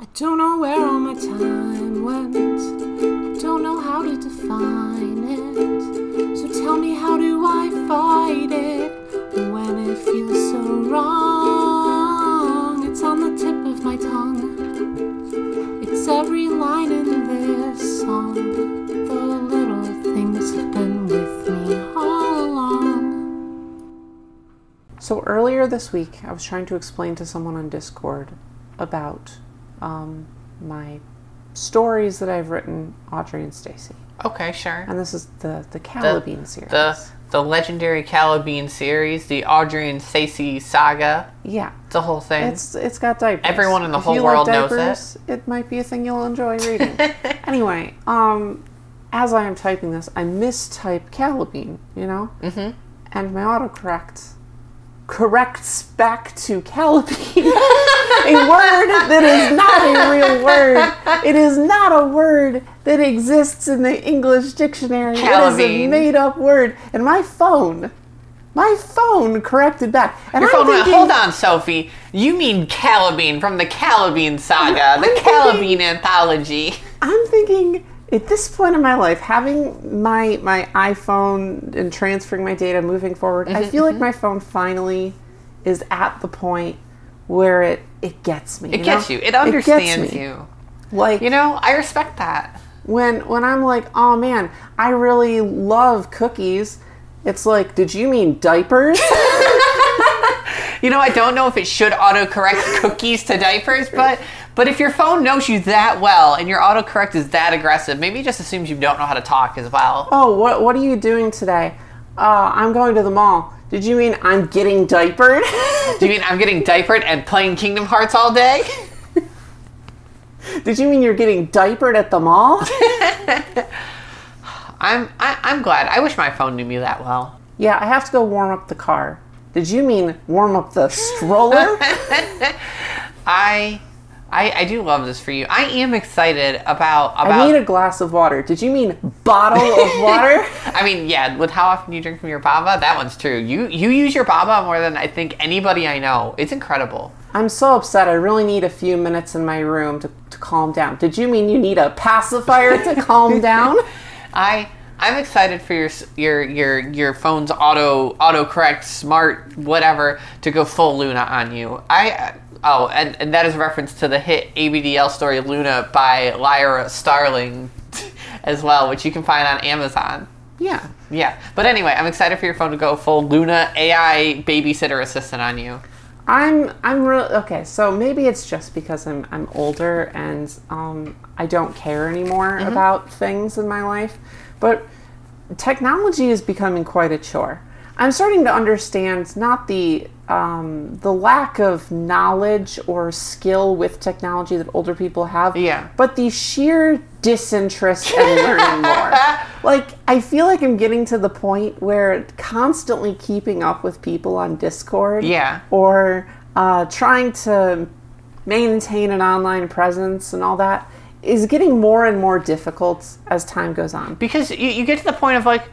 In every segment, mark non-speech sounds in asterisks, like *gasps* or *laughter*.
I don't know where all my time went. I don't know how to define it. So tell me, how do I fight it when it feels so wrong? It's on the tip of my tongue. It's every line in this song. The little things have been with me all along. So earlier this week, I was trying to explain to someone on Discord about um, my stories that I've written, Audrey and Stacy, Okay, sure. and this is the the Calabine series. The the legendary Calabine series, the Audrey and Stacey saga, yeah, the whole thing. it's it's got diapers. Everyone in the If whole you world like knows it. diapers, it. might be a thing you'll enjoy *laughs* reading. anyway, um, as I am typing this, I mistype Calabine, you know, mm-hmm. and my autocorrect corrects back to *laughs* Calabine. a word that is not a real word. It is not a word that exists in the English dictionary. It is a Calvin. made up word. And my phone, my phone corrected that. And Your I'm phone went, thinking- Hold on, Sophie. You mean Calabine from the Calabine saga, *laughs* the Calabine anthology. I'm thinking at this point in my life, having my my iPhone and transferring my data, moving forward, Mm-hmm, I feel like my phone finally is at the point where it it gets me. It gets you. It understands you. Like You know, I respect that. when when I'm like, oh man, I really love cookies. It's like, did you mean *laughs* diapers? You know, I don't know if it should autocorrect *laughs* cookies to diapers, but but if your phone knows you that well and your autocorrect is that aggressive, maybe it just assumes you don't know how to talk as well. oh, what what are you doing today? Uh, I'm going to the mall. Did you mean I'm getting diapered? Do you mean I'm getting diapered and playing Kingdom Hearts all day? *laughs* *laughs* Did you mean you're getting diapered at the *laughs* mall? I'm I, I'm glad. I wish my phone knew me that well. yeah, I have to go warm up the car. Did you mean warm up the stroller? I I, I do love this for you. I am excited about about. *laughs* I need a glass of water. Did you mean bottle of water? I mean, yeah, with how often you drink from your baba, that one's true. You you use your baba more than I think anybody I know. It's incredible. I'm so upset. I really need a few minutes in my room to, to calm down. Did you mean you need a pacifier to calm down? I I'm excited for your s- your your your phone's auto autocorrect smart whatever to go full Luna on you. I oh and, and that is a reference to the hit ABDL story Luna by Lyra Starling *laughs* as well, which you can find on Amazon. Yeah. Yeah, but anyway, I'm excited for your phone to go full Luna AI babysitter assistant on you. I'm I'm real okay, so maybe it's just because I'm I'm older and um I don't care anymore about things in my life, but technology is becoming quite a chore. I'm starting to understand not the um, the lack of knowledge or skill with technology that older people have, Yeah. but the sheer disinterest in learning more. Like I feel like I'm getting to the point where constantly keeping up with people on Discord, Yeah. or uh, trying to maintain an online presence and all that is getting more and more difficult as time goes on. because you, you get to the point of like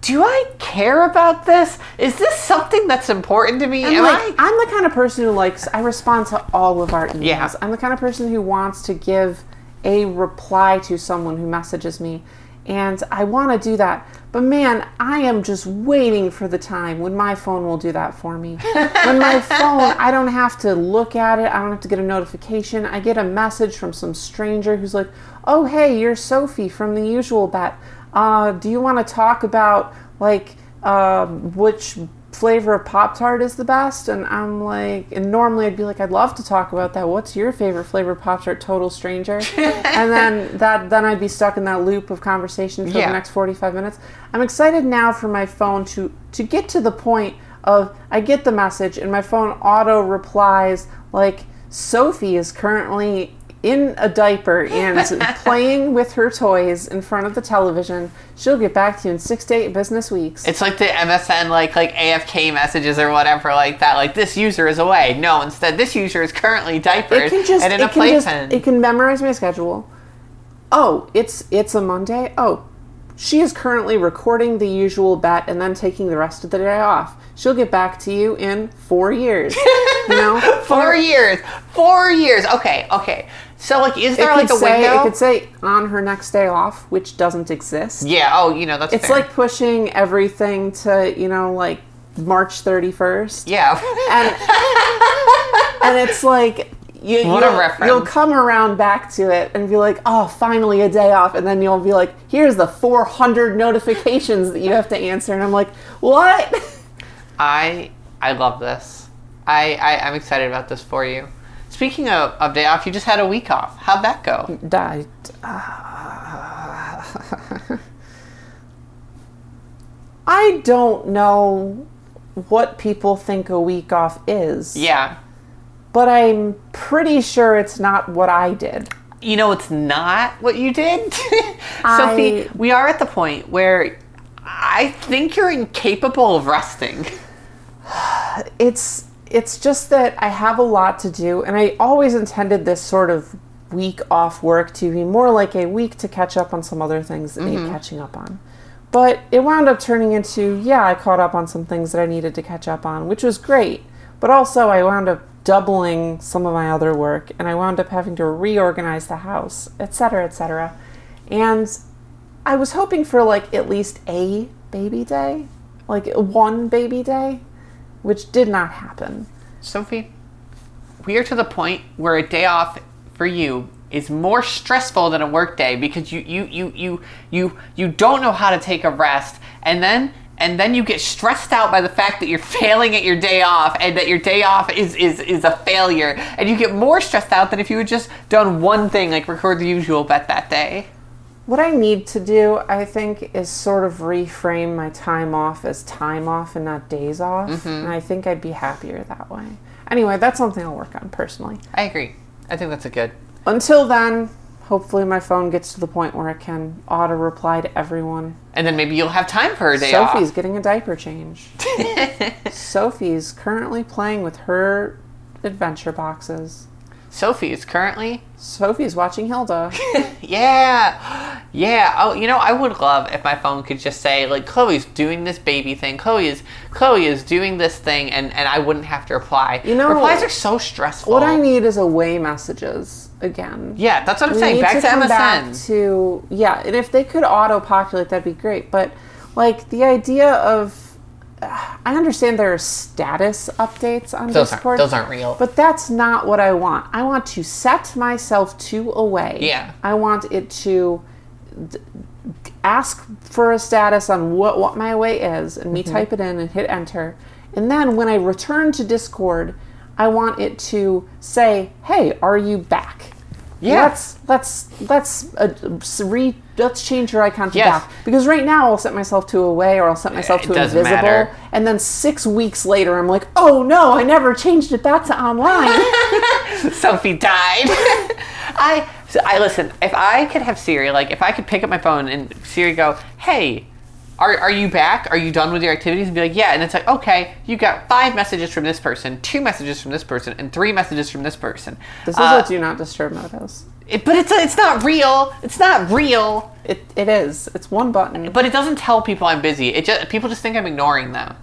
do i care about this is this something that's important to me I'm am like, i I'm the kind of person who likes, I respond to all of our emails. Yeah. I'm the kind of person who wants to give a reply to someone who messages me. And I want to do that. But man, I am just waiting for the time when my phone will do that for *laughs* me. when my phone, I don't have to look at it, I don't have to get a notification. I get a message from some stranger who's like, oh, hey, you're Sophie from The Usual Bet. Uh, do you want to talk about, like, um, which flavor of Pop Tart is the best? And I'm like, and normally I'd be like, I'd love to talk about that. What's your favorite flavor of Pop Tart? Total stranger. and then that, then I'd be stuck in that loop of conversation for Yeah. the next 45 minutes. I'm excited now for my phone to to get to the point of I get the message and my phone auto replies like Sophie is currently in a diaper and playing with her toys in front of the television. She'll get back to you in six to eight business weeks. it's like the msn like like afk messages or whatever like that like this user is away no instead this user is currently diapered it can just and in it a can just playpen it can memorize my schedule. Oh, it's it's a Monday. Oh, She is currently recording the usual bet and then taking the rest of the day off. She'll get back to you in four *laughs* years. You know, Four years. Four years. Okay, okay. So like is It there could like a say window? it could say on her next day off, which doesn't exist. yeah, oh you know that's It's fair. like pushing everything to you know like March thirty first. Yeah. *laughs* and and it's like you, What a you'll, reference. you'll come around back to it and be like, oh, finally a day off, and then you'll be like, here's the 400 notifications that you have to answer, and I'm like, what? I I love this. I, I I'm excited about this for you. Speaking of, of day off, you just had a week off. How'd that go? Died. *laughs* I don't know what people think a week off is, Yeah. but I'm pretty sure it's not what I did. you know it's not what you did *laughs* sophie we are at the point where i think you're incapable of resting *laughs* it's it's just that I have a lot to do, and I always intended this sort of week off work to be more like a week to catch up on some other things that need catching up on. But it wound up turning into yeah, I caught up on some things that I needed to catch up on, which was great. But also, I wound up doubling some of my other work, and I wound up having to reorganize the house, etc., etc. And I was hoping for like at least a baby day, like one baby day, which did not happen. sophie we are to the point where a day off for you is more stressful than a work day because you you you you you, you don't know how to take a rest and then and then you get stressed out by the fact that you're *laughs* failing at your day off and that your day off is, is, is a failure. And you get more stressed out than if you had just done one thing, like record the usual bet that day. What I need to do, I think, is sort of reframe my time off as time off and not days off. And I think I'd be happier that way. Anyway, that's something I'll work on personally. I agree. I think that's a good. Until then, hopefully my phone gets to the point where it can auto reply to everyone. And then maybe you'll have time for a day Sophie's off. getting a diaper change. Sophie's currently playing with her adventure boxes. Sophie is currently. Sophie's watching Hilda. Yeah, *gasps* yeah. Oh, you know, I would love if my phone could just say like, "Chloe's doing this baby thing. Chloe is, Chloe is doing this thing," and and I wouldn't have to reply. You know- replies are so stressful. What I need is away messages again. Yeah, that's what I'm We saying. need Back to, come MSN. back to yeah, and if they could auto populate, that'd be great. But like the idea of, I understand there are status updates on those aren't Discord. those aren't real. But that's not what I want. I want to set myself to away. Yeah. I want it to d- d- ask for a status on what, what my way is, and Mm-hmm. me type it in and hit enter. And then when I return to Discord, I want it to say, "Hey, are you back?" Yeah. Let's let's let's uh, s- re let's change your icon to Yes. back because right now I'll set myself to away or I'll set myself It to doesn't invisible matter. and then six weeks later, I'm like, oh no, I never changed it back to *laughs* online. Sophie died. *laughs* I, so I listen. If I could have Siri, like if I could pick up my phone and Siri go, "Hey, are are you back? Are you done with your activities?" and be like, "Yeah," and it's like, "Okay, you got five messages from this person, two messages from this person, and three messages from this person." this is Uh, what do not disturb mode is. it- but it's it's not real. It's not real. It, it is. It's one button. But But it doesn't tell people I'm busy. It just people just think I'm ignoring them.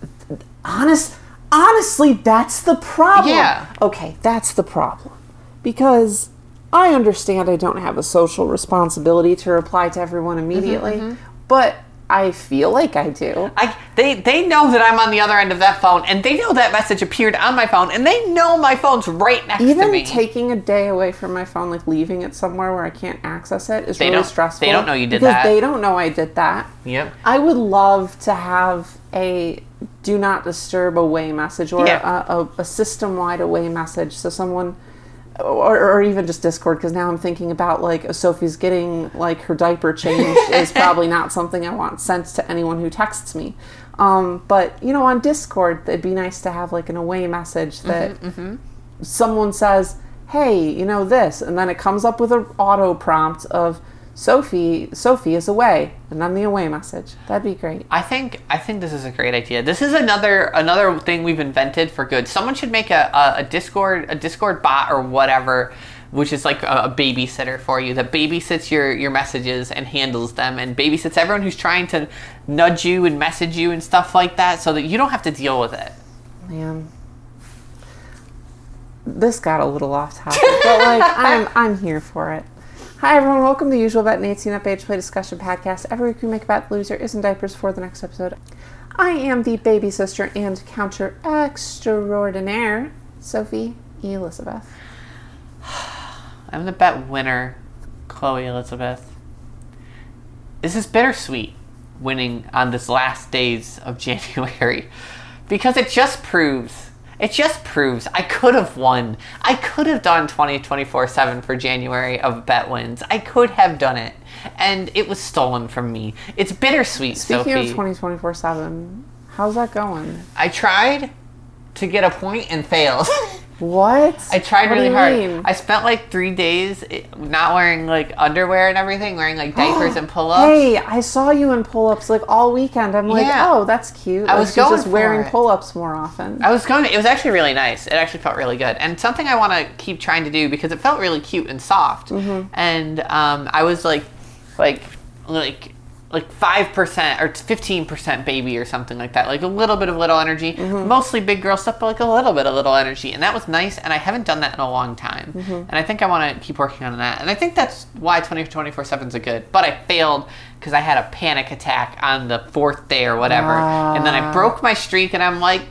honest, honestly, that's the problem. Yeah. Okay, that's the problem. Because I understand I don't have a social responsibility to reply to everyone Mm-hmm, immediately, but I feel like I do. I, they, they know that I'm on the other end of that phone, and they know that message appeared on my phone, and they know my phone's right next to Even me. taking a day away from my phone, like leaving it somewhere where I can't access it, is really don't- stressful. they don't know you did because that. They don't know I did that. Yep. I would love to have a do not disturb away message or Yeah. a, a, a system wide away message. So someone, or, or even just Discord, because now I'm thinking about like Sophie's getting like her diaper changed is probably not something I want sent to anyone who texts me. Um, but you know, on Discord, it'd be nice to have like an away message that someone says, "Hey, you know this," and then it comes up with an auto prompt of Sophie. Sophie is away, and then the away message. That'd be great. I think I think this is a great idea. This is another another thing we've invented for good. Someone should make a, a, a Discord a Discord bot or whatever which is like a, a babysitter for you that babysits your your messages and handles them and babysits everyone who's trying to nudge you and message you and stuff like that, so that you don't have to deal with it. Man. This got a little off topic, but like *laughs* I'm I'm here for it. Hi everyone, welcome to the usual Vet Nancy and Upage Play Discussion Podcast. Every week we make about the loser is in diapers for the next episode. I am the baby sister and counter extraordinaire, Sophie Elizabeth. I'm the bet winner, Chloe Elizabeth. This is bittersweet winning on this last days of *laughs* January because it just proves it just proves I could have won. I could have done 2024 7 for January of bet wins. I could have done it. And it was stolen from me. It's bittersweet, Speaking Sophie. of 2024 7, how's that going? I tried to get a point and failed. *laughs* What? I tried What do really you hard. mean? I spent like three days i- not wearing like underwear and everything, wearing like *gasps* diapers and pull-ups. Hey, I saw you in pull-ups like all weekend. I'm like, Yeah. oh, that's cute. I was just going wearing for it. pull-ups more often. I was going. It was actually really nice. It actually felt really good, and something I want to keep trying to do because it felt really cute and soft. And um, I was like, like, like, like five percent or fifteen percent baby or something like that. Like a little bit of little energy, mostly big girl stuff, but like a little bit of little energy, and that was nice. And I haven't done that in a long time, and I think I want to keep working on that. And I think that's why twenty twenty four seven is a good. But I failed because I had a panic attack on the fourth day or whatever, and then I broke my streak, and I'm like.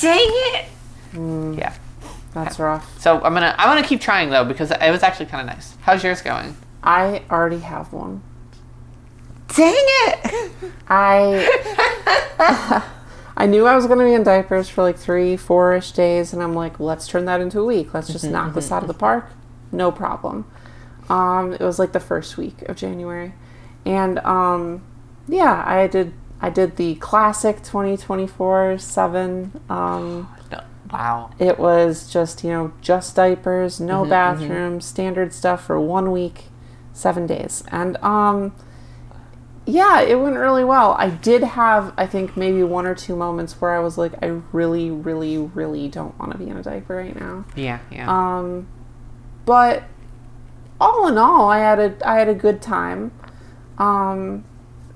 Dang it! Mm. Yeah. That's *laughs* rough. So I'm gonna I'm gonna keep trying though because it was actually kind of nice. How's yours going? I already have one. Dang it! I I knew I was going to be in diapers for like three, four-ish days, and I'm like, let's turn that into a week. Let's Mm-hmm, just knock this out of the park. No problem. Um, it was like the first week of January, and um, yeah, I did. I did the classic 2024 seven. Um, *laughs* No. Wow. it was just you know just diapers no bathroom standard stuff for one week seven days and um yeah it went really well i did have i think maybe one or two moments where i was like i really really really don't want to be in a diaper right now Yeah. Yeah. um, but all in all, I had a I had a good time, um,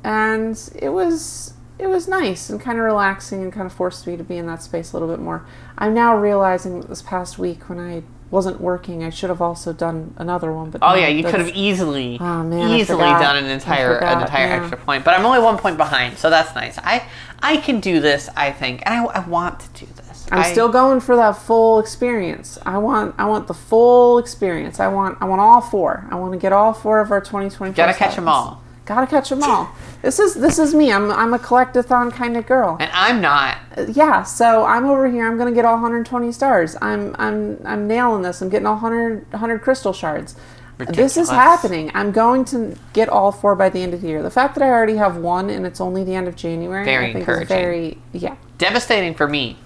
and it was it was nice and kind of relaxing and kind of forced me to be in that space a little bit more. I'm now realizing that this past week when I wasn't working, I should have also done another one. But oh no, yeah, you could that's- have easily Oh, man, I easily forgot. done an I entire an forgot, entire yeah. extra point, but I'm only one point behind, so that's nice. I I can do this, I think, and I, I want to do this. I'm I- still going for that full experience. I want I want the full experience. I want I want all four. I want to get all four of our 2024. Gotta catch 'em sevens. all. Gotta catch them all. This is this is me. I'm I'm a collectathon kind of girl. and I'm not. Yeah. So I'm over here. I'm gonna get all 120 stars. I'm I'm I'm nailing this. I'm getting all 100 100 crystal shards. This is Ridiculous. happening. I'm going to get all four by the end of the year. The fact that I already have one and it's only the end of January, Very I think is encouraging. very yeah. Devastating for me.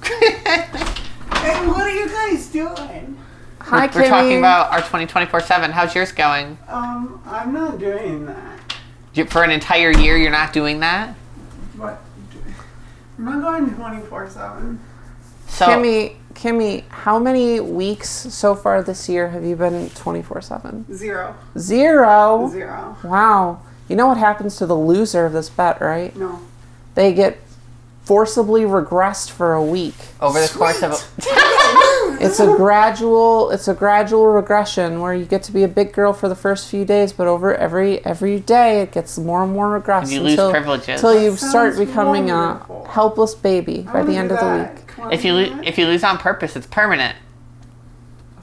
Hey, what are you guys doing? Hi, We're talking Kimmy. about our 2024/7. How's yours going? Um, I'm not doing that. You- For an entire year, you're not doing that. But I'm not going 24 7. So Kimmy, Kimmy, how many weeks so far this year have you been 24 7? Zero. Zero. Zero. Wow. You know what happens to the loser of this bet, right? No. They get forcibly regressed for a week. over the course of a- It's a gradual it's a gradual regression where you get to be a big girl for the first few days, but over every every day it gets more and more regressed you lose privileges. until you That start sounds becoming wonderful. a helpless baby by the end of the week. the If you lo- if you lose on purpose, it's permanent.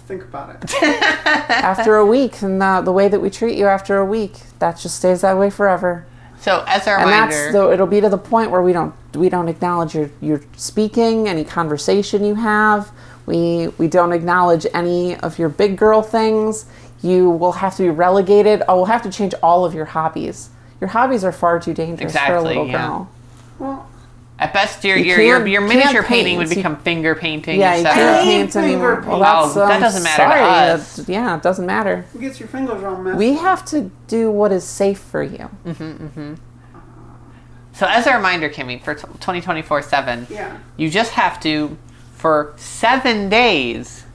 think about it. *laughs* after a week and the, the way that we treat you after a week that just stays that way forever So as a and reminder, that's though it'll be to the point where we don't we don't acknowledge your your speaking any conversation you have we we don't acknowledge any of your big girl things you will have to be relegated oh we'll have to change all of your hobbies your hobbies are far too dangerous for a Exactly, little yeah. girl Well, at best your You your, your can't- your can't miniature paint. painting would You- become finger painting. yeah you etc. can't Hey, paint anymore finger well, that's, Oh, that I'm doesn't matter to sorry. us. That- yeah it doesn't matter you get your fingers all messed we have to do what is safe for you So as a reminder, Kimmy, for twenty twenty four seven, Yeah. you just have to for seven days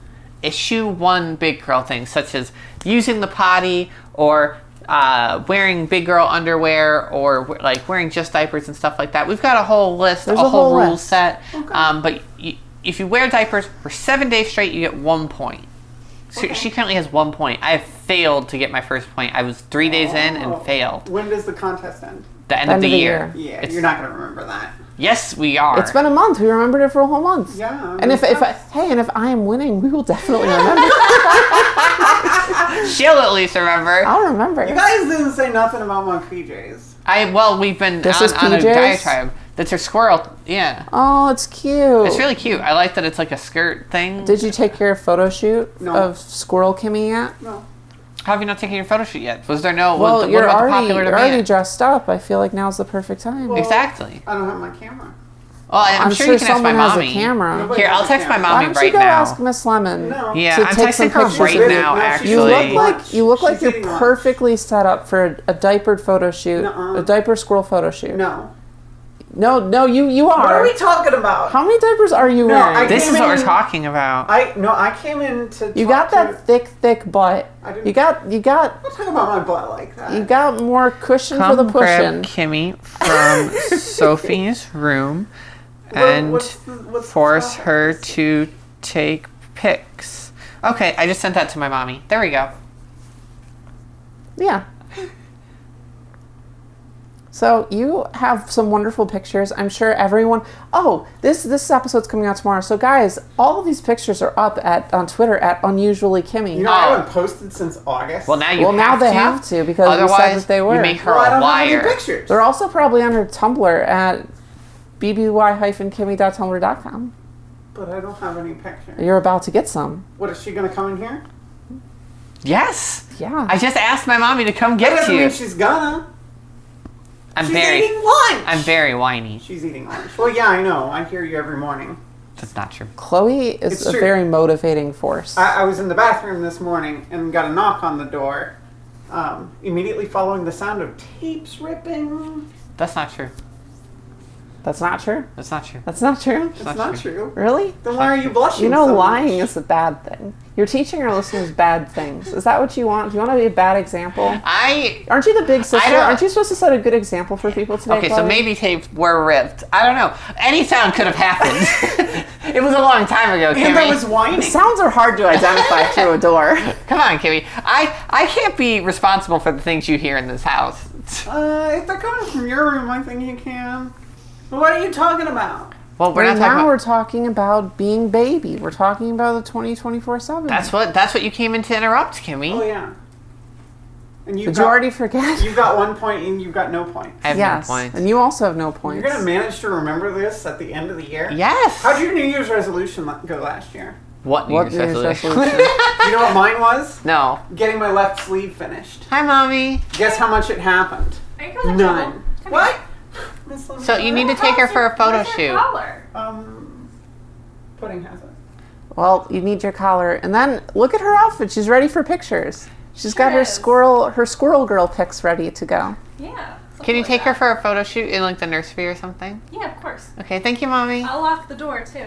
issue one big girl things, such as using the potty or uh, wearing big girl underwear or like wearing just diapers and stuff like that. We've got a whole list, There's a, a whole, whole rule list. set. Um, but you, if you wear diapers for seven days straight, you get one point. So Okay. She currently has one point. I have failed to get my first point. I was three days in and failed. Oh. When does the contest end? The Oh. end, of the, year. Yeah, It's- you're not going to remember that. Yes, we are. It's been a month. We remembered it for a whole month. Yeah, I'm And if, if I, impressed. hey, and if I am winning, we will definitely remember. She'll at least remember. I'll *laughs* remember. You guys didn't say nothing about my PJs. I well, we've been This on, is on a PJs? diatribe. That's her squirrel. Yeah, Oh, it's cute. it's really cute. I like that it's like a skirt thing. Did you take your photo shoot No. of Squirrel Kimmy yet? No. How have you not taken your photo shoot yet? Was there no? Well, was, you're what about the already popular you're already demand? dressed up. I feel like now's the perfect time. Well, exactly. I don't have my camera. Well, I- I'm, I'm sure, sure, you can ask my someone has mommy. a camera. Nobody Here, has I'll a text my camera. Why mommy don't you right go now. ask Miss Lemon? No. yeah, to I'm take some texting her pictures. right Really? now. No, she's actually, You look Really? like you look She's like you're eating lunch. perfectly set up for a, a diapered photo shoot, Nuh-uh. a diaper squirrel photo shoot. No. no, no, you you are. What are we talking about? How many diapers are you No, wearing? I this is what we're Amen. talking about. I no, I came in to. you talk got to- that thick, thick butt. I didn't- You got you got Don't talk about my butt like that. you got more cushion Come for the pushing. grab Kimmy from Sophie's room What- and what's the- what's the force topic? her to take pics. Okay, I just sent that to my mommy. There we go. Yeah. So you have some wonderful pictures. I'm sure everyone. Oh, this this episode's coming out tomorrow. So guys, all of these pictures are up at on Twitter at unusually Kimmy. You know, Oh. I haven't posted since August. Well, now you Well, have now to. they have to, because we said Otherwise, that they were. You make her Well, I a don't liar. have any pictures. They're also probably on her Tumblr at bby-kimmy.tumblr.com. but I don't have any pictures. You're about to get some. What is she gonna come in here? Yes. Yeah. I just asked my mommy to come That get doesn't you. mean she's gonna. I'm She's very, eating lunch. I'm very whiny. She's eating lunch. Well, yeah, I know. I hear you every morning. That's not true. Chloe is It's a true. very motivating force. I, I was in the bathroom this morning and got a knock on the door. Um, immediately following the sound of tapes ripping. That's not true. That's not true. That's not true. That's not true. It's not not, true. Really? Then why are you blushing? You know, so much? lying is a bad thing. You're teaching our listeners bad things. Is that what you want? Do you want to be a bad example? I Aren't you the big sister? don't- Aren't you supposed to set a good example for people today? okay. So Chloe? maybe tapes were ripped. I don't know. Any sound could have happened. *laughs* it was a long time ago, And Kimmy. I was whining. sounds are hard to identify through a door. Come on, Kimmy. I I can't be responsible for the things you hear in this house. Uh, if they're coming from your room, I think you can. Well, what are you talking about? Well, *laughs* we're Right now not talking about. we're talking about being baby. We're talking about the 2024-7. that's what that's what you came in to interrupt, Kimmy. Oh yeah. And you've Did got, you already forget? you've got one point and you've got no point. I have yes. no point. And you also have no You're points. gonna manage to remember this at the end of the year. Yes. How'd your New Year's resolution la- go last year? What New What Year's New Year's resolution? resolution? *laughs* You know what mine was? no. Getting my left sleeve finished. Hi, mommy. Guess how much it happened? Are you guys None. Come What? So you need to take her for a photo shoot. um pudding has it. well, you need your collar. And then look at her outfit. She's ready for pictures. She's got Sure her is. squirrel her squirrel girl pics ready to go. Yeah. something Can you like take her that. for a photo shoot in like the nursery or something? Yeah, of course. Okay, thank you, mommy. I'll lock the door too.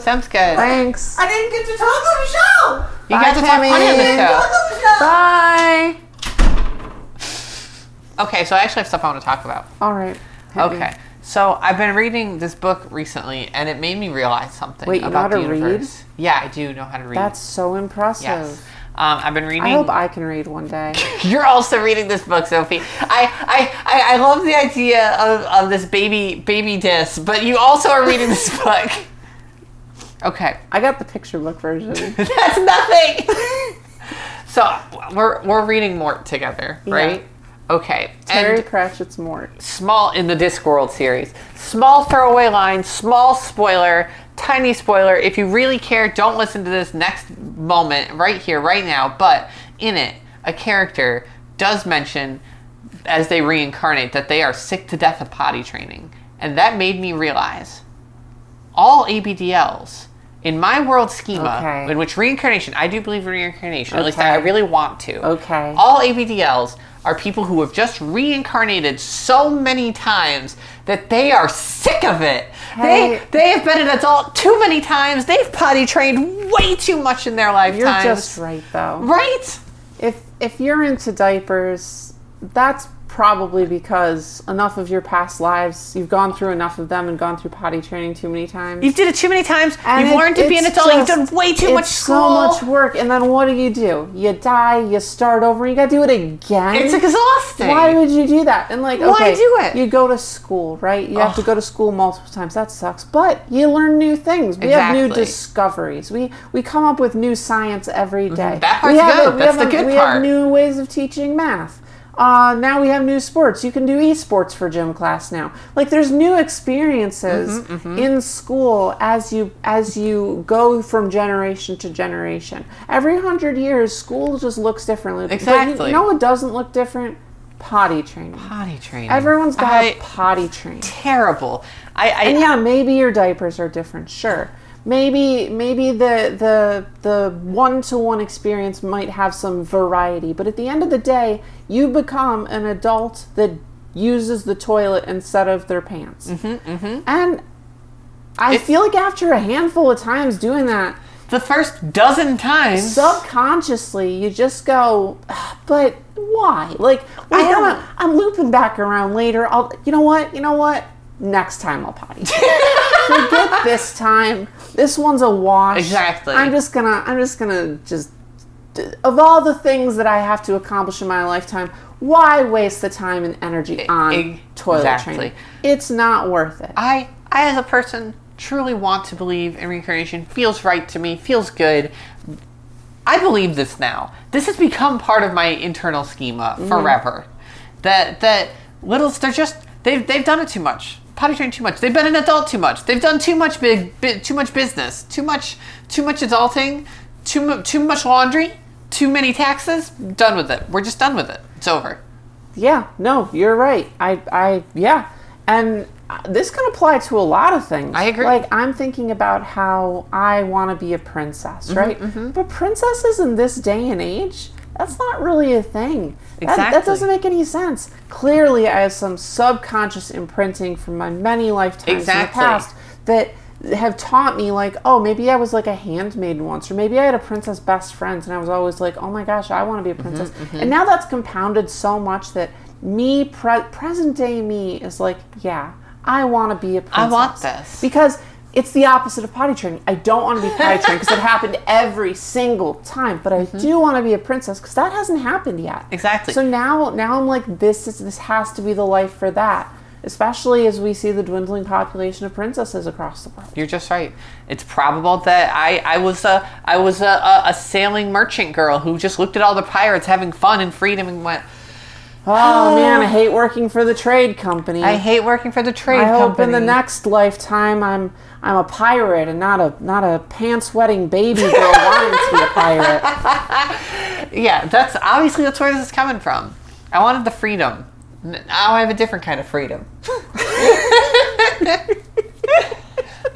Sounds good. Thanks. I didn't get to talk on the show. You Bye, guys have fun on Tommy. the show. Talk on the show. Bye. Okay, so I actually have stuff I want to talk about. All right. Hit me. Okay, so I've been reading this book recently, and it made me realize something Wait, you know about how the to read? universe. Yeah, I do know how to read. That's so impressive. yes. Um, I've been reading. I hope I can read one day. *laughs* You're also reading this book, Sophie. I I, I, I love the idea of, of this baby baby diss, but you also are reading this *laughs* book. Okay. *laughs* I got the picture book version. That's nothing. *laughs* so we're we're reading Mort together, right? Okay. Terry And Cratchit's Mort. small in the Discworld series. Small throwaway line, small spoiler, tiny spoiler. If you really care, don't listen to this next moment right here, right now. But in it, a character does mention as they reincarnate that they are sick to death of potty training. And that made me realize all ABDLs in my world schema, Okay. in which reincarnation, I do believe in reincarnation, at least Okay. I really want to. Okay. All ABDLs are people who have just reincarnated so many times that they are sick of it. Hey. They they have been an adult too many times. They've potty trained way too much in their lifetime. You're just right though. right. If if you're into diapers, that's probably because enough of your past lives, you've gone through enough of them and gone through potty training too many times. You've did it too many times. And You've it- learned to be an it's adult. You've just- done way too much it's school. so much work, and then what do you do? You die. You start over. You got to do it again. It's exhausting. Why would you do that? And like, Why okay, do it? You go to school, right? You have to Ugh. go to school multiple times. That sucks. But you learn new things. We have new Exactly. discoveries. We we come up with new science every day. Mm-hmm. That we part's have, good. We That's have the good we Have part. new ways of teaching math. Uh, now we have new sports. You can do esports for gym class now. Like there's new experiences Mm-hmm, in school as you as you go from generation to generation. Every hundred years, school just looks differently. But you, Exactly. you know what doesn't look different? Potty training. potty training. Everyone's got I- potty training. terrible. I, I And yeah, maybe your diapers are different. Sure. Maybe maybe the the the one to one experience might have some variety, but at the end of the day, you become an adult that uses the toilet instead of their pants. Mm-hmm, mm-hmm. And I feel like after a handful of times doing that, the first dozen times. subconsciously you just go, "Ugh, but why? Like I don't- don't. I'm looping back around later. I'll. You know what? You know what? Next time I'll *laughs* potty. Forget this time. This one's a wash. Exactly. I'm just gonna. I'm just gonna just. Of all the things that I have to accomplish in my lifetime, why waste the time and energy on e- toilet exactly. training? It's not worth it. I I as a person truly want to believe in reincarnation. Feels right to me. Feels good. I believe this now. This has become part of my internal schema forever. That that littles they're just they've they've done it too much. Potty trained too much. They've been an adult too much. They've done too much big, big too much business. Too much too much adulting. Too mu- too much laundry. Too many taxes. Done with it. We're just done with it. It's over. Yeah, no, you're right. I, I, yeah, and uh, this can apply to a lot of things. I agree. Like I'm thinking about how I want to be a princess, Mm-hmm, right? But princesses in this day and age, that's not really a thing. That- That, Exactly. doesn't make any sense. Clearly, I have some subconscious imprinting from my many lifetimes Exactly. in the past that have taught me like oh maybe i was like a handmaiden once or maybe i had a princess best friends and i was always like oh my gosh i want to be Mm-hmm, a princess and now that's compounded so much that me pre- present day me is like yeah i want to be a princess want this. because it's the opposite of potty training i don't want to be potty trained *laughs* because it happened every single time but i do want to be a princess because that hasn't happened yet Mm-hmm. Exactly. so now now i'm like this is this has to be the life for that especially as we see the dwindling population of princesses across the world You're just right. It's probable that I, I was a I was a, a, a sailing merchant girl who just looked at all the pirates having fun and freedom and went, Oh man, I hate working for the trade company. I hate working for the trade I hope company. in the next lifetime I'm I'm a pirate and not a not a pants wetting baby girl wanting to be a *laughs* pirate. yeah, that's obviously that's where this is coming from. I wanted the freedom. N- Now I have a different kind of freedom. *laughs*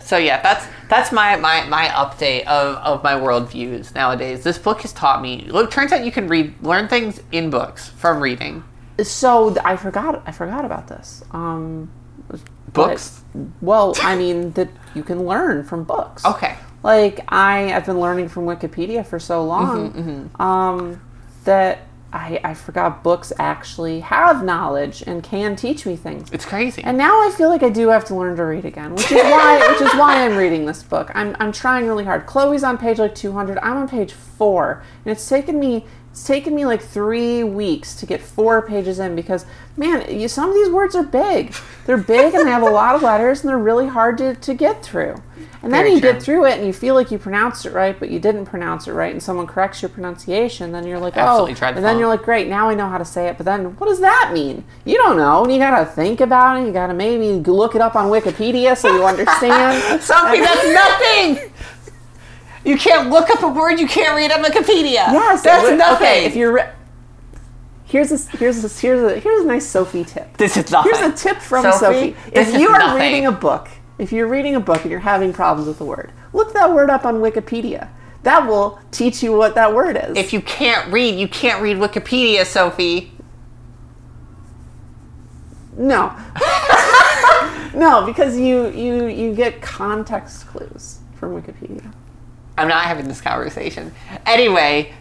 so yeah, that's that's my my, my update of, of my worldviews nowadays. This book has taught me. Look, turns out you can read learn things in books from reading So th- I forgot I forgot about this. Um, but- books. well, I mean that you can learn from books. Okay. Mm-hmm, Like I I've been learning from Wikipedia for so long um, that I I forgot books actually have knowledge and can teach me things. It's crazy. And now I feel like I do have to learn to read again, which is *laughs* why which is why I'm reading this book. I'm I'm trying really hard. Chloe's on page like 200. I'm on page 4, and it's taken me it's taken me like 3 weeks to get 4 pages in because man, you, some of these words are big. They're big and they have a lot of letters and they're really hard to, to get through. And then Very you true. get through it and you feel like you pronounced it right, but you didn't pronounce it right and someone corrects your pronunciation, then you're like, "Oh." Absolutely tried to And then follow. you're like, "Great, now I know how to say it." But then what does that mean? You don't know. And you got to think about it. You got to maybe look it up on Wikipedia so you *laughs* understand. Something *laughs* that's nothing. You can't look up a word you can't read on Wikipedia. yes, that's okay, nothing. if you're re- Here's a, here's a, here's a here's a nice Sophie tip. this is nothing. Here's a tip from Sophie, Sophie. this If you is are nothing. reading a book, if you're reading a book and you're having problems with a word, look that word up on Wikipedia. That will teach you what that word is. if you can't read, you can't read Wikipedia, Sophie. no. *laughs* No, because you you you get context clues from Wikipedia. I'm not having this conversation. Anyway,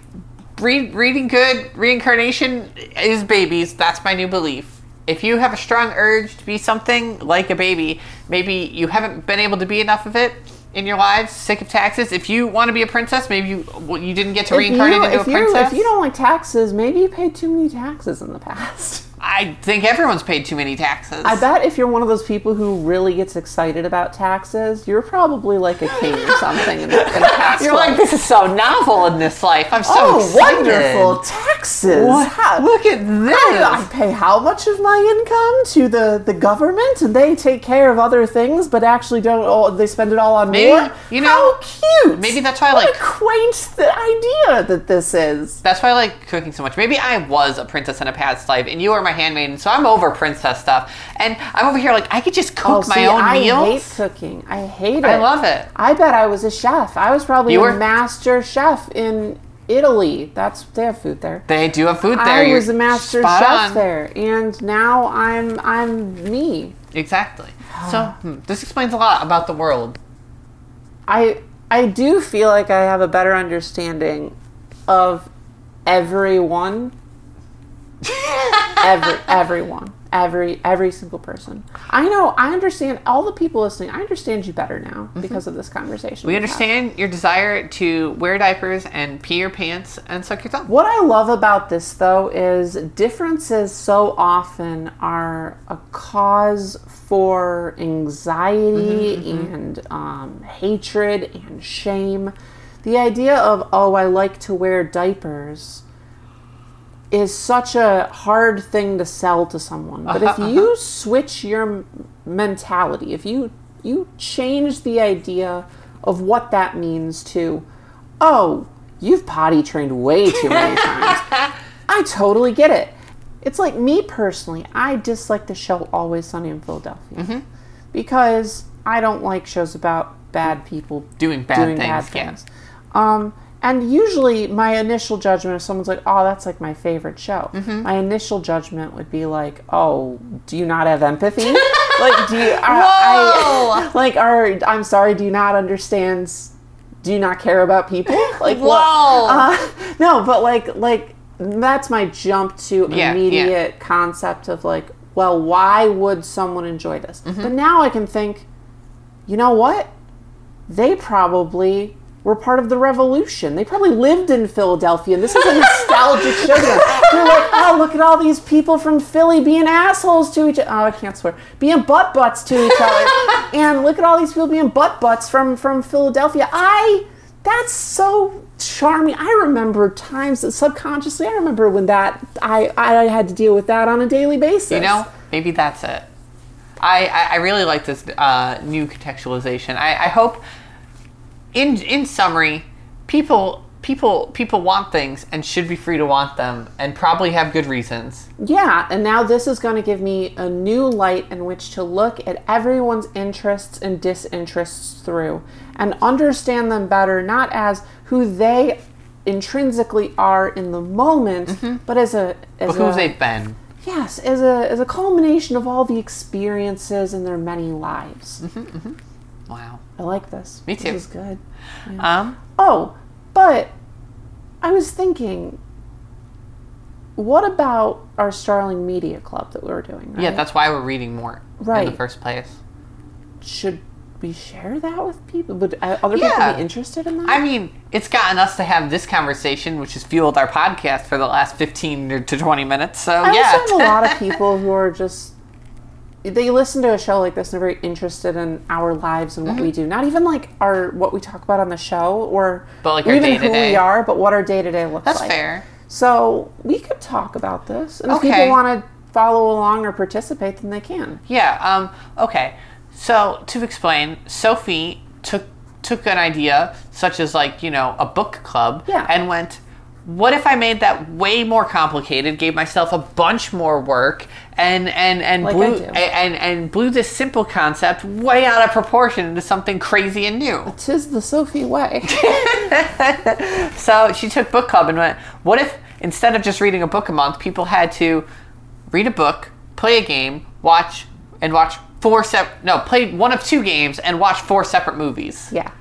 read, reading good, reincarnation is babies. That's my new belief. If you have a strong urge to be something like a baby, maybe you haven't been able to be enough of it in your lives, sick of taxes. If you want to be a princess, maybe you well, you didn't get to reincarnate into a if, you, princess. if you don't like taxes, maybe you paid too many taxes in the past. I think everyone's paid too many taxes. I bet if you're one of those people who really gets excited about taxes, you're probably like a king or something in, in a *laughs* past You're like, life. this is so novel in this life. I'm so oh, excited. wonderful taxes! Wow, How- Look at I I this. pay how much of my income to the, the government, and they take care of other things, but actually don't. Oh, they spend it all on Maybe- war. you know, how cute! maybe that's why I what like- a quaint th- idea that this is. That's why I like cooking so much. Maybe I was a princess in a past life, and you are my handmaiden, so I'm over princess stuff. And I'm over here like I could just cook my Oh, see, own I meals. hate cooking. I hate it. I love it. I bet I was a chef. I was probably You a were- master chef in Italy. That's they have food there. They do have food there. I You're was a master spot chef on. there, and now I'm I'm me. *sighs* Exactly. So hmm, this explains a lot about the world. I I do feel like I have a better understanding of everyone. *laughs* every everyone. Every every single person. I know I understand all the people listening. I understand you better now because of this conversation. Mm-hmm. We we've had. understand your desire to wear diapers and pee your pants and suck your thumb. What I love about this though is differences so often are a cause for anxiety Mm-hmm, and um, hatred and shame. The idea of, oh, I like to wear diapers is such a hard thing to sell to someone. But if you switch your m- mentality, if you you change the idea of what that means to, oh, you've potty trained way too many times. I totally get it. It's like me personally, I dislike the show Always Sunny in Philadelphia because I don't like shows about bad people Doing bad doing things. bad yeah. things. Um, and usually, my initial judgment if someone's like, "Oh, that's like my favorite show," my initial judgment would be like, "Oh, do you not have empathy? like, do you? Are, I, *laughs* like, are I'm sorry, do you not understand? Do you not care about people? Like, what- Whoa. uh, no, but like, like that's my jump to Yeah, yeah. immediate concept of like, well, why would someone enjoy this? But now I can think, you know what? They probably were part of the revolution. They probably lived in Philadelphia, and this is a nostalgic show to them. They're like, oh, look at all these people from Philly being assholes to each other. Oh, I can't swear. Being butt butts to each other. and look at all these people being butt butts from, from Philadelphia. I, that's so charming. I remember times that subconsciously, I remember when that, I, I had to deal with that on a daily basis. You know, maybe that's it. I, I, I really like this uh, new contextualization. I, I hope, in in summary, people people people want things and should be free to want them and probably have good reasons. Yeah, and now this is going to give me a new light in which to look at everyone's interests and disinterests through and understand them better, not as who they intrinsically are in the moment, but as a as Mm-hmm. Who a, they've been. yes, as a as a culmination of all the experiences in their many lives. Wow. I like this. Mm-hmm. Me too. This is good. Um. Oh, but I was thinking, what about our Starling Media Club that we were doing? Right? Yeah, that's why we're reading more in the Right. first place. should we share that with people? Would uh, other Yeah. people be interested in that? I mean, it's gotten us to have this conversation, which has fueled our podcast for the last fifteen or to twenty minutes. So I yeah, also have a *laughs* lot of people who are just they listen to a show like this and are very interested in our lives and what we Mm-hmm. do. Not even like our what we talk about on the show or, But, like, or our even who day-to-day. we are, but what our day to day looks that's like. fair. So we could talk about this, and if Okay. people want to follow along or participate, then they can. Yeah. Um, okay. So to explain, Sophie took took an idea such as like you know a book club Yeah. and went, what if I made that way more complicated? Gave myself a bunch more work and and and Like I blew do. a- and and blew this simple concept way out of proportion into something crazy and new. Tis the Sophie way. *laughs* So she took book club and went, what if instead of just reading a book a month, people had to read a book, play a game, watch and watch four sep no played one of two games and watched four separate movies. Yeah.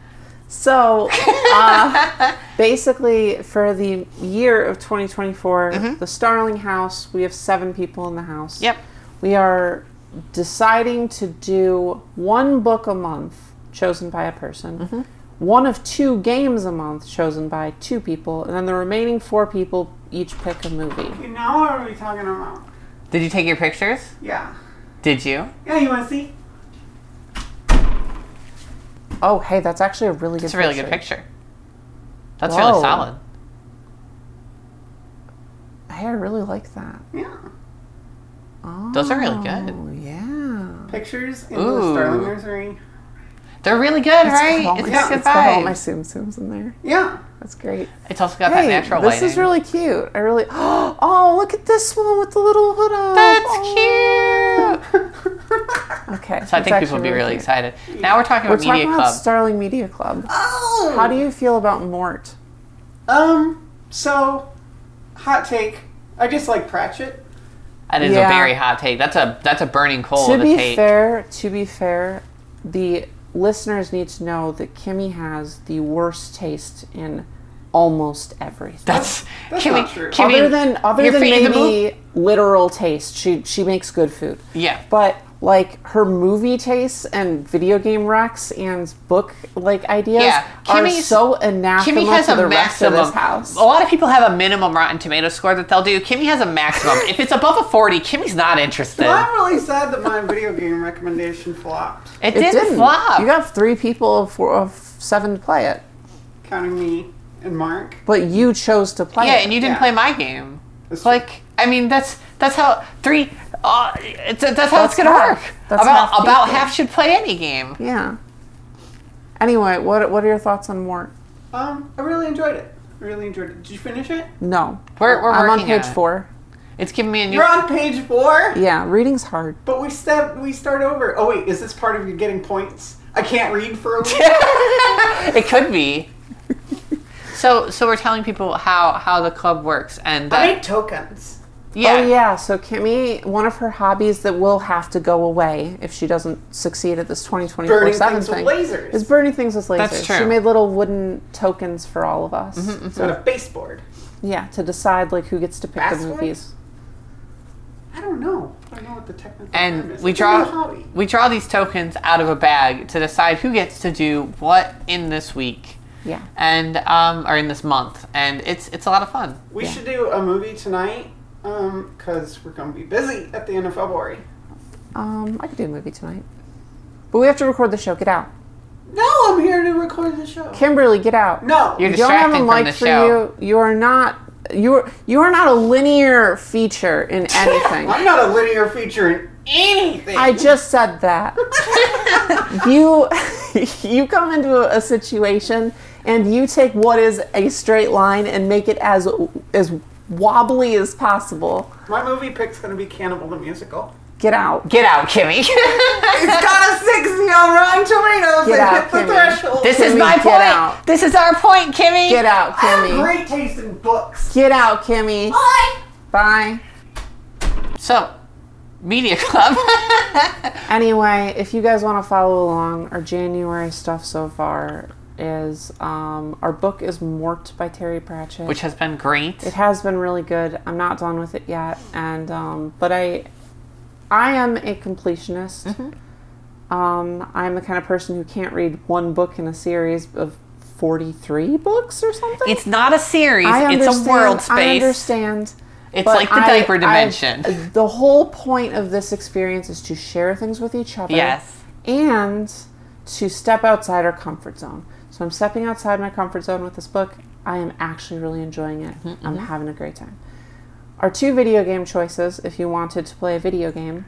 So uh, *laughs* basically, for the year of 2024, the Starling House, we have seven people in the house. Yep. We are deciding to do one book a month chosen by a person, one of two games a month chosen by two people, and then the remaining four people each pick a movie. You know what are we talking about? Did you take your pictures? Yeah. Did you? Yeah, you want to see? Oh, hey, that's actually a really good It's a really picture. good picture. That's Whoa. really solid. Hey, I really like that. Yeah. Oh, Those are really good. yeah. Pictures in the Ooh. Starling Nursery. They're really good, right? It's got all It's my, got good it's got all my vibes. Tsum Tsums in there. Yeah. That's great. It's also got that Hey, natural this lighting. is really cute. I really. *gasps* Oh, look at this one with the little hood up. That's Oh. cute. Okay. So I think people would be really excited. Now we're talking We're about media talking about club. Starling Media Club. oh. How do you feel about Mort? *laughs* Um. So, hot take. I just like Pratchett. that is Yeah. a very hot take. That's a that's a burning coal to of a be take. fair, to be fair, the listeners need to know that Kimmy has the worst taste in almost everything. That's, That's can we- not true. can we- other than other your than feet in the boot? maybe literal taste, she she makes good food. Yeah. but like her movie tastes and video game wrecks and book like ideas Yeah, are Kimmy's- so anathema Kimmy has to the a maximum. Oh, rest of this house. A lot of people have a minimum Rotten Tomato score that they'll do. Kimmy has a maximum. if it's above a forty, Kimmy's not interested. Well, I'm really sad that my video game recommendation flopped. It, It didn't, didn't. flop. You got three people of, four, of seven to play it, Counting me and Mark. but you chose to play yeah, it. and you didn't yeah. play my game. That's like, I mean, that's that's how three. Uh, it's, that's how That's it's gonna half. work. That's about half about people. half should play any game. Yeah. Anyway, what what are your thoughts on Mort? Um, I really enjoyed it. I really enjoyed it. Did you finish it? No, We're, we're I'm on working page it. four. It's giving me a new. You're on page four. Yeah, reading's hard. But we step. We start over. Oh wait, is this part of you getting points? I can't read *laughs* for a week. *laughs* it could be. So, so we're telling people how how the club works, and that, I made tokens. yeah, Oh yeah, so Kimmy, one of her hobbies that will have to go away if she doesn't succeed at this 2024 Burning 7 things thing with lasers. is burning things with lasers. That's She true. Mm-hmm, made little wooden tokens for all of us. on a baseboard. Yeah, to decide like who gets to pick the Password? movies. I don't know. I don't know what the technical term and is. we It's draw really a hobby. we draw these tokens out of a bag to decide who gets to do what in this week Yeah. and um, or in this month and it's it's a lot of fun We should do a movie tonight because we're going to be busy at the end of February. Um, I could do a movie tonight. But we have to record the show. Get out. No, I'm here to record the show. Kimberly, get out. no, You're You don't have a Distracting from mic the for show. you. You are not you are you are not a linear feature *laughs* in anything. I'm not a linear feature in anything. I just said that. you *laughs* you come into a, a situation and you take what is a straight line and make it as as wobbly as possible. My movie pick's going to be Cannibal the Musical. Get out. get out kimmy *laughs* It's got a 60 on Rotten Tomatoes. Get It out, hit the Kimmy. threshold. this Kimmy, is my get point out. this is our point kimmy Get out, I have Kimmy. great taste in books. Get out, Kimmy. Bye. Bye. so media club *laughs* Anyway, if you guys want to follow along, our January stuff so far is um, our book is Mort by Terry Pratchett. which has been great it has been really good i'm not done with it yet and um, but i i am a completionist um, i'm the kind of person who can't read one book in a series of 43 books or something it's not a series I it's a understand- world i space understand it's but like the I- diaper I- dimension the whole point of this experience is to share things with each other yes and to step outside our comfort zone. So I'm stepping outside my comfort zone with this book. I am actually really enjoying it. I'm Mm-hmm. having a great time. Our two video game choices, if you wanted to play a video game,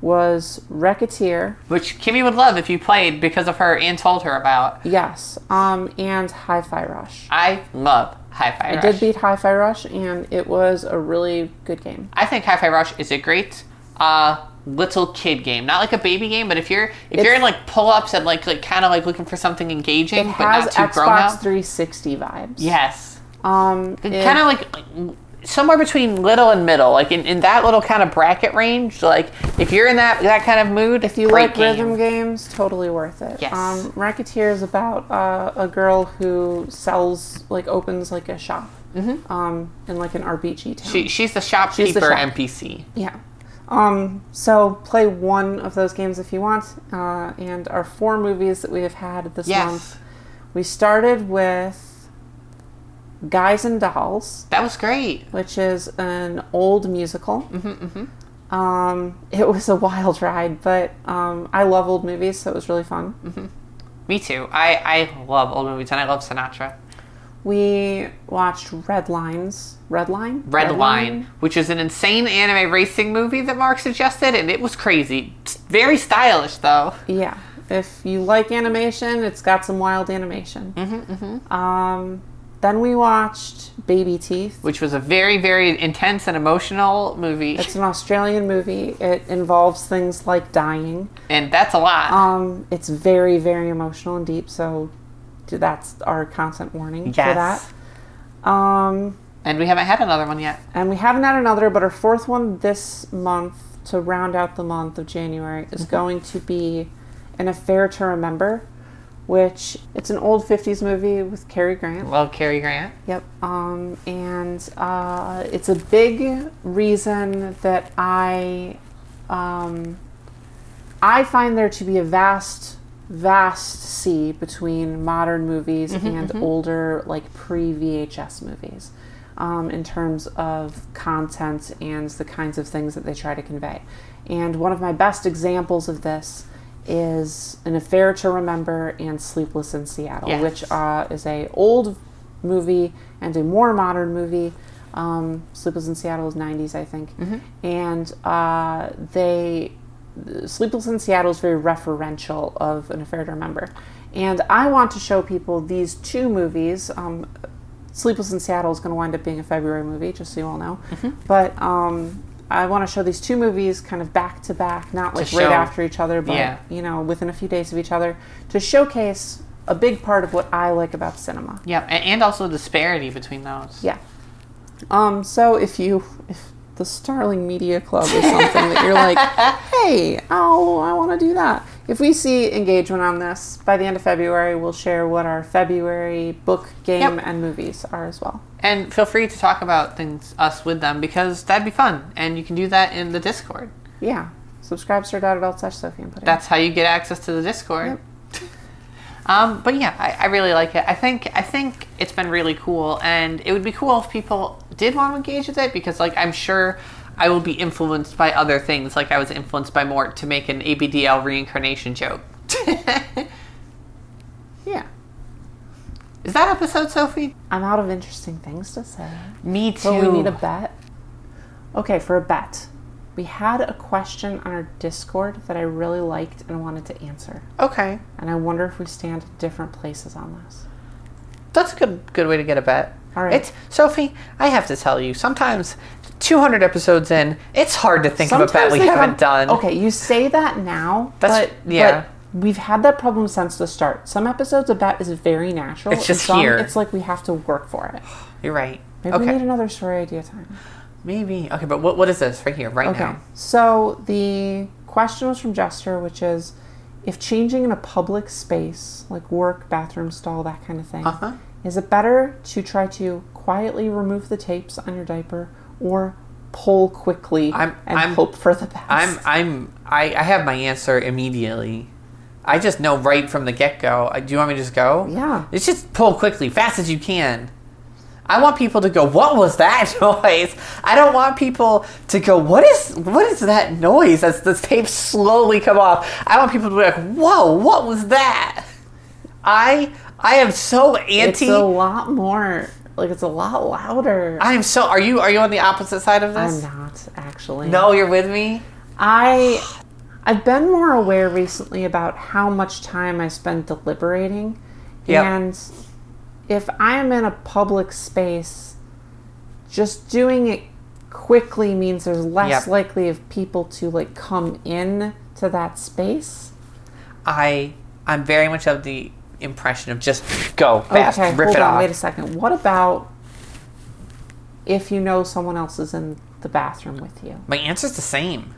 was Racketeer, which kimmy would love if you played because of her and told her about yes, um, and Hi-Fi Rush. i love high five I did beat Hi-Fi Rush, and it was a really good game. I think Hi-Fi Rush is a great uh, little kid game, not like a baby game, but if you're if you're in like pull-ups and like like kind of like looking for something engaging It but has not too grown Xbox up. 360 vibes. Yes, Um, it- kind of like somewhere between little and middle, like in, in that little kind of bracket range. Like if you're in that that kind of mood, If you great like game. rhythm games, totally worth it. Yes. Um, Racketeer is about uh, a girl who sells, like, opens like a shop um, in like an RPG town. Mm-hmm. she, she's the shopkeeper shop- NPC. yeah. Um, so play one of those games if you want. Uh, and our four movies that we have had this Yes, month. We started with Guys and Dolls. that was great. which is an old musical. Mm-hmm, Um, it was a *laughs* wild ride, but um, I love old movies, so it was really fun. Me too. I I love old movies and I love Sinatra. We watched Red Lines. Red Line? Red Line, which is an insane anime racing movie that Mark suggested, and it was crazy. Very stylish, though. Yeah. If you like animation, it's got some wild animation. Mm-hmm, Um, then we watched Baby *laughs* Teeth. Which was a very, very intense and emotional movie, It's an Australian movie. It involves things like dying. and that's a lot. Um, it's very, very emotional and deep, so that's our constant warning for that. yes, Um, and we haven't had another one yet. and we haven't had another, but our fourth one this month to round out the month of January is going to be an affair to remember, which it's an old '50s movie with Cary Grant. Love Cary Grant. Yep. Um, and uh, it's a big reason that I um, I find there to be a vast, vast sea between modern movies and older, like pre VHS movies, um, in terms of content and the kinds of things that they try to convey. And one of my best examples of this is An Affair to Remember and Sleepless in Seattle, Yes. which uh, is a old movie and a more modern movie. Um, Sleepless in Seattle is 90s, I think. And uh, they Sleepless in Seattle is very referential of An Affair to Remember. And I want to show people these two movies. Um, Sleepless in Seattle is going to wind up being a February movie, just so you all know. But um, I want to show these two movies kind of back to back, not like right show- after each other, but Yeah. you know, within a few days of each other, to showcase a big part of what I like about cinema. Yeah, and, and also disparity between those. Yeah. Um, so if you if the Starling Media Club is something that you're *laughs* like, hey, oh, I want to do that. If we see engagement on this by the end of February, we'll share what our February book, game, Yep. and movies are as well. And feel free to talk about things us with them because that'd be fun, and you can do that in the Discord. Yeah. Subscribe sir.adult slash Sophie and put it. That's how you get access to the Discord. *laughs* um, but yeah, I, I really like it. I think I think it's been really cool, and it would be cool if people did want to engage with it because, like, I'm sure I will be influenced by other things. Like I was influenced by Mort to make an ABDL reincarnation joke. *laughs* Yeah. Is that episode, Sophie? I'm out of interesting things to say. Me too. But we need a bet. Okay, for a bet. We had a question on our Discord that I really liked and wanted to answer. okay, And I wonder if we stand different places on this. that's a good good way to get a bet. All right. It's Sophie. I have to tell you, sometimes 200 episodes in, it's hard to think of a bet we they haven't come- done. Okay, you say that now, That's- but yeah. but we've had that problem since the start. Some episodes a bet is very natural. It's and just some, here. It's like we have to work for it. You're right. Maybe okay. we need another story idea time. Maybe. Okay, but what, what is this right here, right Okay. now? So the question was from Jester, which is if changing in a public space, like work, bathroom stall, that kind of thing, Uh-huh. is it better to try to quietly remove the tapes on your diaper or pull quickly I'm- and I'm- hope for the best? I'm I'm I, I have my answer immediately. I just know right from the get go. Do you want me to just go? Yeah. It's just pull quickly, fast as you can. I want people to go, What was that *laughs* noise? I don't want people to go, What is what is that noise as the tapes slowly come off? I want people to be like, Whoa, what was that? I I am so it's anti a lot more like it's a lot louder I am so are you are you on the opposite side of i'm this? not actually No, you're with me? i i've been more aware recently about how much time i spend deliberating Yep. and if i'm in a public space just doing it quickly means there's less Yep. likely of people to like come in to that space I I'm very much of the impression of just go fast, rip hold it on, off. wait a second. What about if you know someone else is in the bathroom with you. My answer's the same.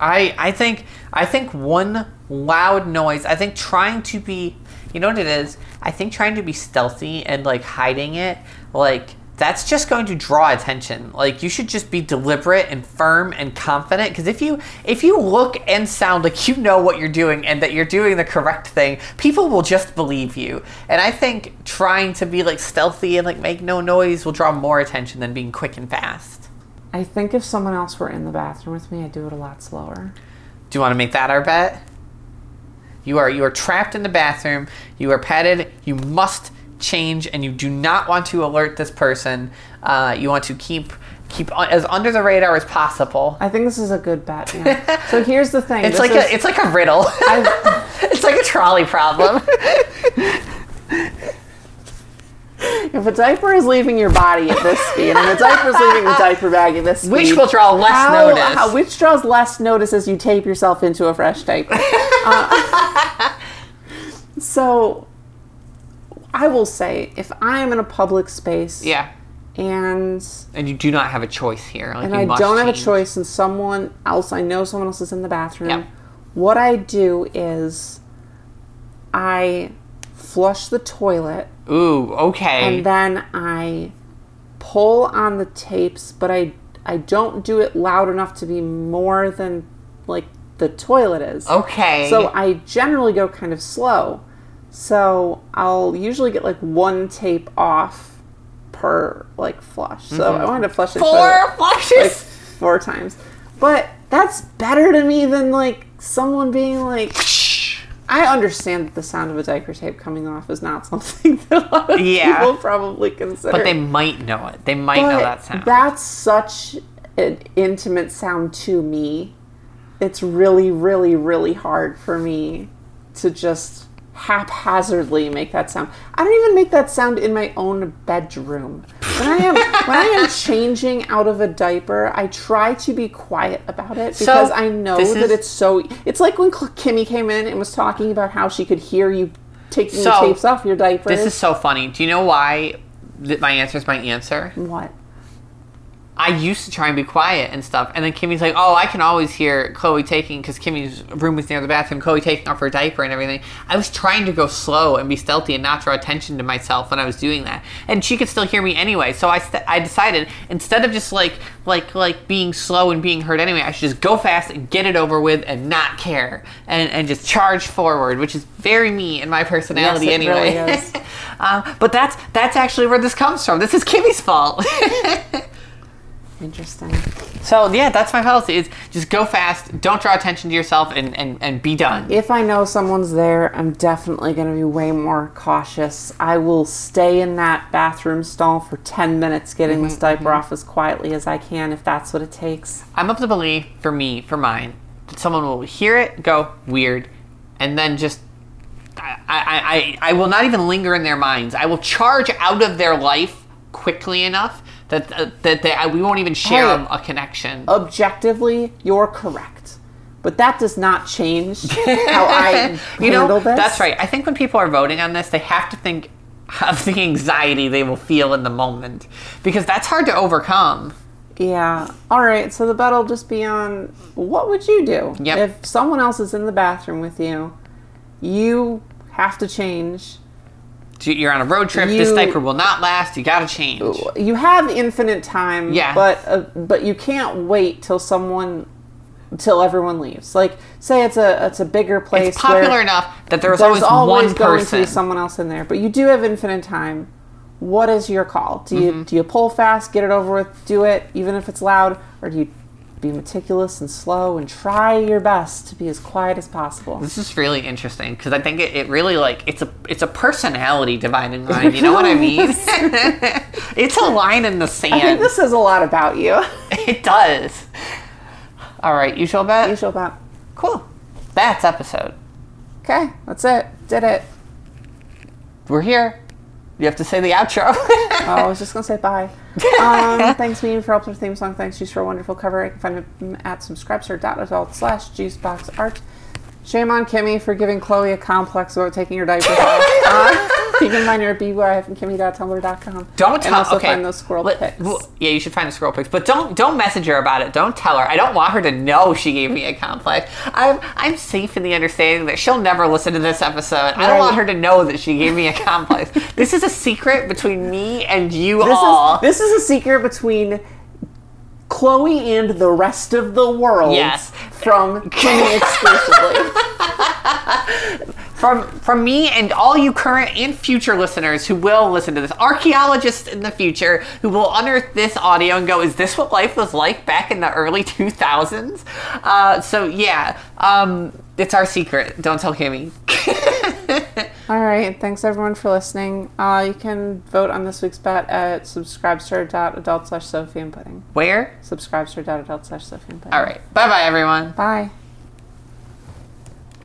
I I think I think one loud noise. I think trying to be, you know what it is. I think trying to be stealthy and like hiding it, like that's just going to draw attention. Like you should just be deliberate and firm and confident. Because if you if you look and sound like you know what you're doing and that you're doing the correct thing, people will just believe you. And I think trying to be like stealthy and like make no noise will draw more attention than being quick and fast. I think if someone else were in the bathroom with me, I'd do it a lot slower. Do you want to make that our bet? You are you are trapped in the bathroom. You are petted. You must change, and you do not want to alert this person. Uh, you want to keep keep on, as under the radar as possible. I think this is a good bet. *laughs* yeah. so here's the thing. It's This like is- a it's like a riddle. I've- *laughs* it's like a *laughs* trolley problem. if a diaper is leaving your body at *laughs* this speed, and a diaper is leaving the diaper bag at this speed, Which will draw less how, notice. how- which draws less notice as you tape yourself into a fresh *laughs* diaper. Uh, so, I will say, if I am in a public space, yeah, and and you do not have a choice here. Like, and you I must don't have a change. choice, and someone else, I know someone else is in the bathroom. Yep. What I do is, I flush the toilet Ooh, okay. and then I pull on the tapes, but I I don't do it loud enough to be more than like the toilet is. okay. So I generally go kind of slow. So I'll usually get like one tape off per like flush. So I wanted to flush it Mm-hmm. four flushes. like four times. But that's better to me than like someone being like I understand that the sound of a diaper tape coming off is not *laughs* something that a lot of Yeah. people probably consider. But they might know it. They might know But that sound. That's such an intimate sound to me. It's really, really, really hard for me to just haphazardly make that sound. I don't even make that sound in my own bedroom. When I *laughs* am when I am changing out of a diaper, I try to be quiet about it because I know this that is- it's so. e-, It's like when Cl- Kimmy came in and was talking about how she could hear you taking the So, tapes off your diaper. this is so funny. Do you know why th- my answer is my answer? what. I used to try and be quiet and stuff, and then Kimmy's like, "Oh, I can always hear Chloe taking because Kimmy's room was near the bathroom. Chloe taking off her diaper and everything." I was trying to go slow and be stealthy and not draw attention to myself when I was doing that, and she could still hear me anyway. So I, st- I decided instead of just like like like being slow and being heard anyway, I should just go fast and get it over with and not care and and just charge forward, which is very me and my personality Yes, it really anyway. is. *laughs* um, but that's that's actually where this comes from. This is Kimmy's fault. *laughs* Interesting. So yeah, that's my policy. Is just go fast, don't draw attention to yourself, and and, and be done. If I know someone's there, I'm definitely going to be way more cautious. I will stay in that bathroom stall for 10 minutes getting this diaper off as quietly as I can if that's what it takes. I'm of the belief, for me, for mine, that someone will hear it, go weird, and then just. I, I, I, I will not even linger in their minds. I will charge out of their life quickly enough that uh, that they, I, we won't even share Hey. Oh, a, a connection. Objectively, you're correct. But that does not change *laughs* how I *laughs* you know, handle this. that's right. I think when people are voting on this, they have to think of the anxiety they will feel in the moment because that's hard to overcome. Yeah. All right. So the battle will just be on what would you do Yep. if someone else is in the bathroom with you? You have to change. You're on a road trip. this You- diaper will not last. You gotta change. you have infinite time Yeah. but uh, but you can't wait till someone till everyone leaves like say it's a it's a bigger place It's popular where enough that there's, there's always, always one going to person. be someone else in there but you do have infinite time what is your call do you Mm-hmm. do you pull fast get it over with do it even if it's loud or do you be meticulous and slow and try your best to be as quiet as possible this is really interesting because I think it, it really like it's a it's a *laughs* personality dividing line. You know what I mean? *laughs* it's a line in the i think sand. this says a lot about you *laughs* *laughs* it does. All right, you shall bet. you show up Cool. That's episode. okay that's it did it We're here. You have to say the outro. *laughs* Oh, I was just gonna say bye. Um, thanks, Mean, for helping with theme song. Thanks, Juice, for a wonderful cover. You can find him at subscribesir.adult slash *laughs* juiceboxart. Shame on Kimmy for giving Chloe a complex about taking her diapers off. Uh, you can find her at beware from kimmy.tumblr.com. Don't And tell. also okay. find those squirrel Let- pics. well, yeah, you should find the squirrel pics, but don't don't message her about it. Don't tell her. I don't want her to know she gave me a complex. I'm I'm safe in the understanding that she'll never listen to this episode. I don't Right. want her to know that she gave me a complex. this is a secret between me and you This all. is this is a secret between Chloe and the rest of the world. Yes. From Kimmy exclusively. from from me and all you current and future listeners who will listen to this archaeologists in the future who will unearth this audio and go is this what life was like back in the early *laughs* 2000s uh, so yeah um, it's our secret don't tell kimmy *laughs* All right. Thanks everyone for listening. Uh, you can vote on this week's bet at subscribester.adult slash Sophie and Pudding. where Subscribester.adult slash Sophie and Pudding. all right bye bye everyone Bye.